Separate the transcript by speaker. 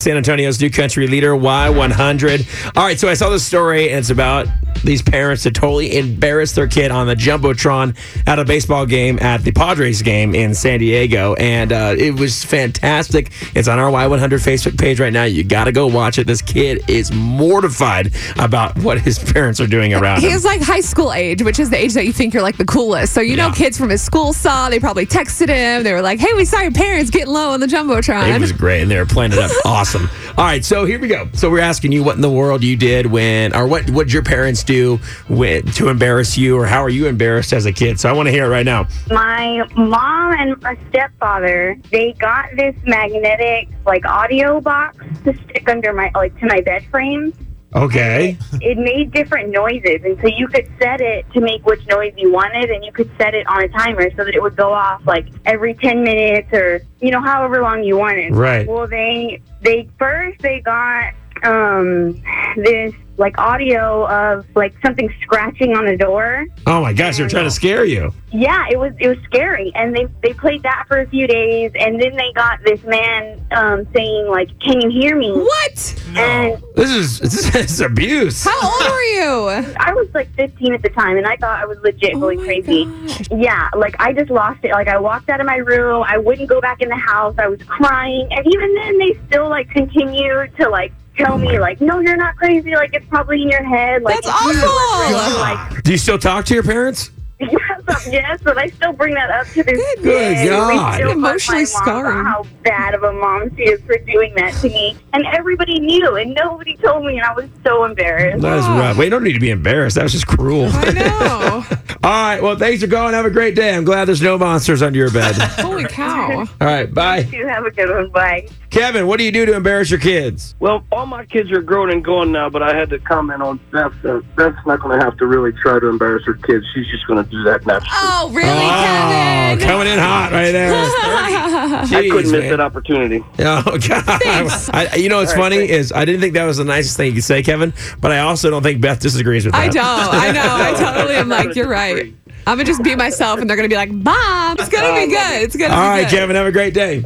Speaker 1: San Antonio's new country leader, Y100. All right, so I saw this story, and it's about these parents that totally embarrassed their kid on the Jumbotron at a baseball game at the Padres game in San Diego. And uh, it was fantastic. It's on our Y100 Facebook page right now. You got to go watch it. This kid is mortified about what his parents are doing around him.
Speaker 2: He's like high school age, which is the age that you think you're like the coolest. So you know,
Speaker 1: Yeah.
Speaker 2: kids from his school saw. They probably texted him. They were like, "Hey, we saw your parents getting low on the jumbotron."
Speaker 1: It was great, and they were playing it up awesome. All right, so here we go. So we're asking you what in the world you did when, or what what your parents do when, to embarrass you, or how are you embarrassed as a kid? So I want to hear it right now.
Speaker 3: My mom and my stepfather, they got this magnetic like audio box to stick under my like to my bed frame.
Speaker 1: Okay,
Speaker 3: It made different noises and so you could set it to make which noise you wanted and you could set it on a timer so that it would go off like every 10 minutes or you know however long you wanted.
Speaker 1: Right.
Speaker 3: Well, they they first they got um this like audio of like something scratching on the door.
Speaker 1: oh my gosh, they're trying to scare you.
Speaker 3: Yeah, it was it was scary, and they they played that for a few days, and then they got this man um, saying like, "Can you hear me?"
Speaker 2: what?
Speaker 3: And
Speaker 1: This is this is abuse.
Speaker 2: How old were you?
Speaker 3: I was like 15 at the time, and I thought I was
Speaker 2: Oh
Speaker 3: legit going crazy. Yeah, like I just lost it. Like I walked out of my room. I wouldn't go back in the house. I was crying, and even then, they still like continued to like tell me like, "No, you're not crazy. Like it's probably in your head." Like
Speaker 2: That's
Speaker 3: it's not
Speaker 2: awful.
Speaker 3: real." Like
Speaker 1: Do you still talk to your parents?
Speaker 3: Yes, but- yes, but I still bring that up to this
Speaker 2: Good
Speaker 3: day. We
Speaker 1: God.
Speaker 3: still
Speaker 2: Emotionally
Speaker 3: fight my mom
Speaker 2: scarring.
Speaker 3: about How bad of a mom she is for doing that to me, and everybody knew, and nobody told me, and I was so embarrassed.
Speaker 1: That is rough. Well, you don't need to be embarrassed. That was just cruel.
Speaker 2: I know.
Speaker 1: All right, well, thanks for going. Have a great day. I'm glad there's no monsters under your bed.
Speaker 2: Holy cow!
Speaker 1: All right, bye,
Speaker 3: You have a good one. Bye.
Speaker 1: Kevin. What do you do to embarrass your kids?
Speaker 4: Well, all my kids are grown and gone now, but I had to comment on Beth. Uh, Beth's not going to have to really try to embarrass her kids. She's just going to do that naturally.
Speaker 2: Oh, really,
Speaker 1: oh,
Speaker 2: Kevin?
Speaker 1: coming in hot right there.
Speaker 4: I couldn't
Speaker 1: Jeez,
Speaker 4: miss
Speaker 1: man.
Speaker 4: that opportunity.
Speaker 1: Oh God!
Speaker 2: Thanks.
Speaker 1: I, you know what's funny is I didn't think that was the nicest thing you could say, Kevin. But I also don't think Beth disagrees with that.
Speaker 2: I don't. I know. I totally am like, you're right. I'm gonna just be myself, and they're gonna be like, "Mom, it's gonna be good. It's gonna
Speaker 1: All
Speaker 2: be
Speaker 1: right,
Speaker 2: good."
Speaker 1: Kevin. Have a great day.